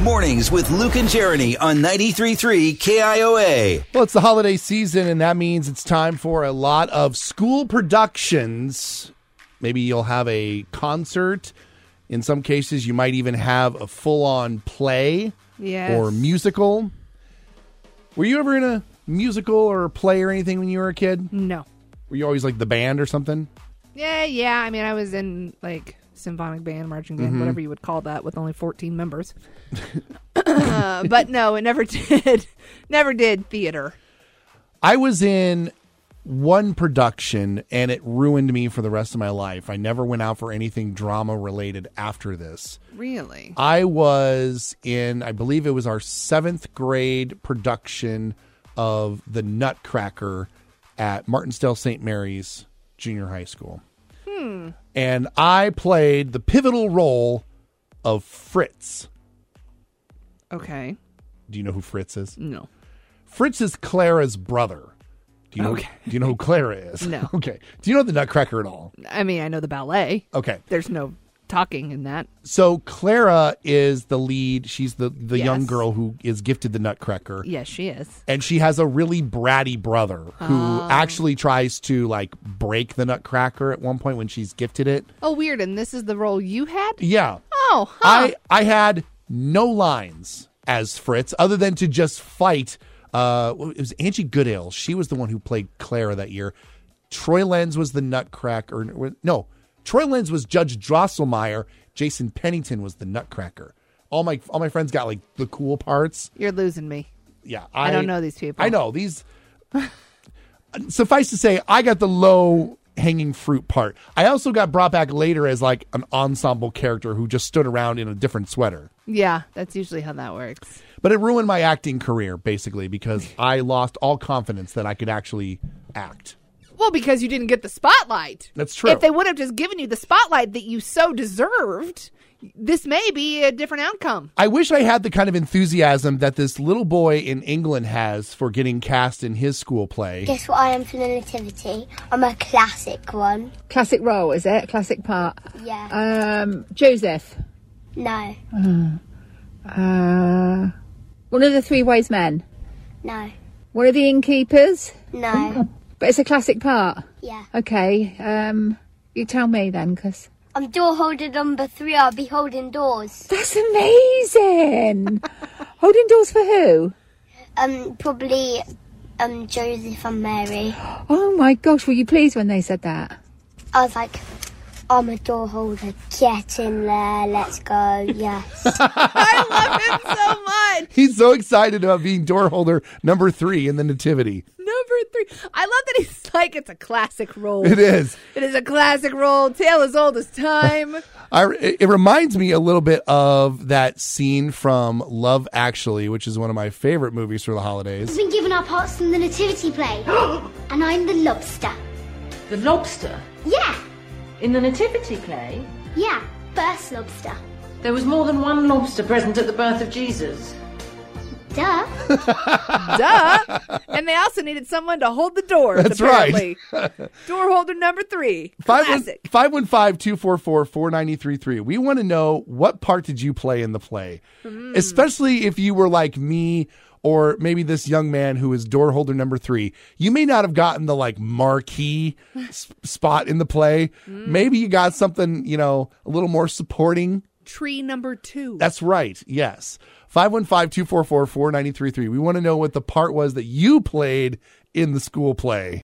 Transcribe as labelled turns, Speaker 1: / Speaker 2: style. Speaker 1: Mornings with Luke and Jeremy on 93.3 KIOA.
Speaker 2: Well, it's the holiday season, and that means it's time for a lot of school productions. Maybe you'll have a concert. In some cases, you might even have a full on play
Speaker 3: Yes.
Speaker 2: or musical. Were you ever in a musical or a play or anything when you were a kid?
Speaker 3: No.
Speaker 2: Were you always like the band or something?
Speaker 3: Yeah, yeah. I mean, I was in like symphonic band, marching band, whatever you would call that, with only 14 members. Uh, but no, it never did. Never did theater.
Speaker 2: I was in one production and it ruined me for the rest of my life. I never went out for anything drama related after this.
Speaker 3: Really?
Speaker 2: I was in, I believe it was our seventh grade production of The Nutcracker at Martinsdale St. Mary's Junior High School.
Speaker 3: Hmm.
Speaker 2: And I played the pivotal role of Fritz.
Speaker 3: Okay.
Speaker 2: Do you know who Fritz is?
Speaker 3: No.
Speaker 2: Fritz is Clara's brother. Do you know,
Speaker 3: Okay.
Speaker 2: do you know who Clara is?
Speaker 3: No.
Speaker 2: Okay. Do you know the Nutcracker at all?
Speaker 3: I mean, I know the ballet.
Speaker 2: Okay.
Speaker 3: There's no talking in that.
Speaker 2: So Clara is the lead. She's the, the young
Speaker 3: Yes.
Speaker 2: girl who is gifted the Nutcracker.
Speaker 3: Yes, she is.
Speaker 2: and she has a really bratty brother who actually tries to like break the nutcracker at one point when she's gifted it
Speaker 3: Oh, weird. And this is the role you had?
Speaker 2: yeah
Speaker 3: Oh, huh.
Speaker 2: i i had no lines as fritz other than to just fight uh it was angie goodale she was the one who played clara that year troy lenz was the nutcracker or- no troy lenz was judge drosselmeyer jason pennington was the nutcracker all my all my friends got like the cool parts
Speaker 3: You're losing me.
Speaker 2: yeah, I,
Speaker 3: don't know these people.
Speaker 2: I know these. suffice to say, I got the low hanging fruit part. I also got brought back later as like an ensemble character who just stood around in a different sweater.
Speaker 3: Yeah, that's usually how that works.
Speaker 2: But it ruined my acting career basically because I lost all confidence that I could actually act.
Speaker 3: Well, because you didn't get the spotlight.
Speaker 2: That's true.
Speaker 3: If they would have just given you the spotlight that you so deserved, this may be a different outcome.
Speaker 2: I wish I had the kind of enthusiasm that this little boy in England has for getting cast in his school play.
Speaker 4: Guess what I am for the nativity? I'm a classic one.
Speaker 5: classic role, is it? Classic part.
Speaker 4: Yeah.
Speaker 5: Um, Joseph.
Speaker 4: no.
Speaker 5: Uh, one of the three wise men.
Speaker 4: No.
Speaker 5: One of the innkeepers.
Speaker 4: No.
Speaker 5: But it's a classic part.
Speaker 4: Yeah.
Speaker 5: Okay. Um, you tell me then, because
Speaker 4: I'm door holder number three. I'll be holding doors.
Speaker 5: that's amazing. Holding doors for who?
Speaker 4: Um, probably um Joseph and Mary.
Speaker 5: Oh my gosh, were you pleased when they said that?
Speaker 4: I was like, I'm a door holder. Get in there. Let's go. Yes.
Speaker 3: I love him so much.
Speaker 2: He's so excited about being door holder number three in the Nativity.
Speaker 3: Number three. I love that he's like, it's a classic role.
Speaker 2: It is.
Speaker 3: It is a classic role. Tale as old as time.
Speaker 2: I, it it reminds me a little bit of that scene from Love Actually, which is one of my favorite movies for the holidays.
Speaker 4: been given our parts in the nativity play, and I'm the lobster.
Speaker 6: The lobster
Speaker 4: Yeah.
Speaker 6: in the nativity play.
Speaker 4: Yeah. First lobster.
Speaker 6: There was more than one lobster present at the birth of Jesus.
Speaker 4: Duh.
Speaker 3: Duh. And they also needed someone to hold the doors.
Speaker 2: That's
Speaker 3: apparently. Door holder number three. Classic.
Speaker 2: 515 244 4933. We want to know what part did you play in the play? Especially if you were like me or maybe this young man who is door holder number three. You may not have gotten the like marquee s- spot in the play. Maybe you got something, you know, a little more supporting.
Speaker 3: Tree number two.
Speaker 2: That's right. Yes. 515 244 4933. We want to know what the part was that you played in the school play.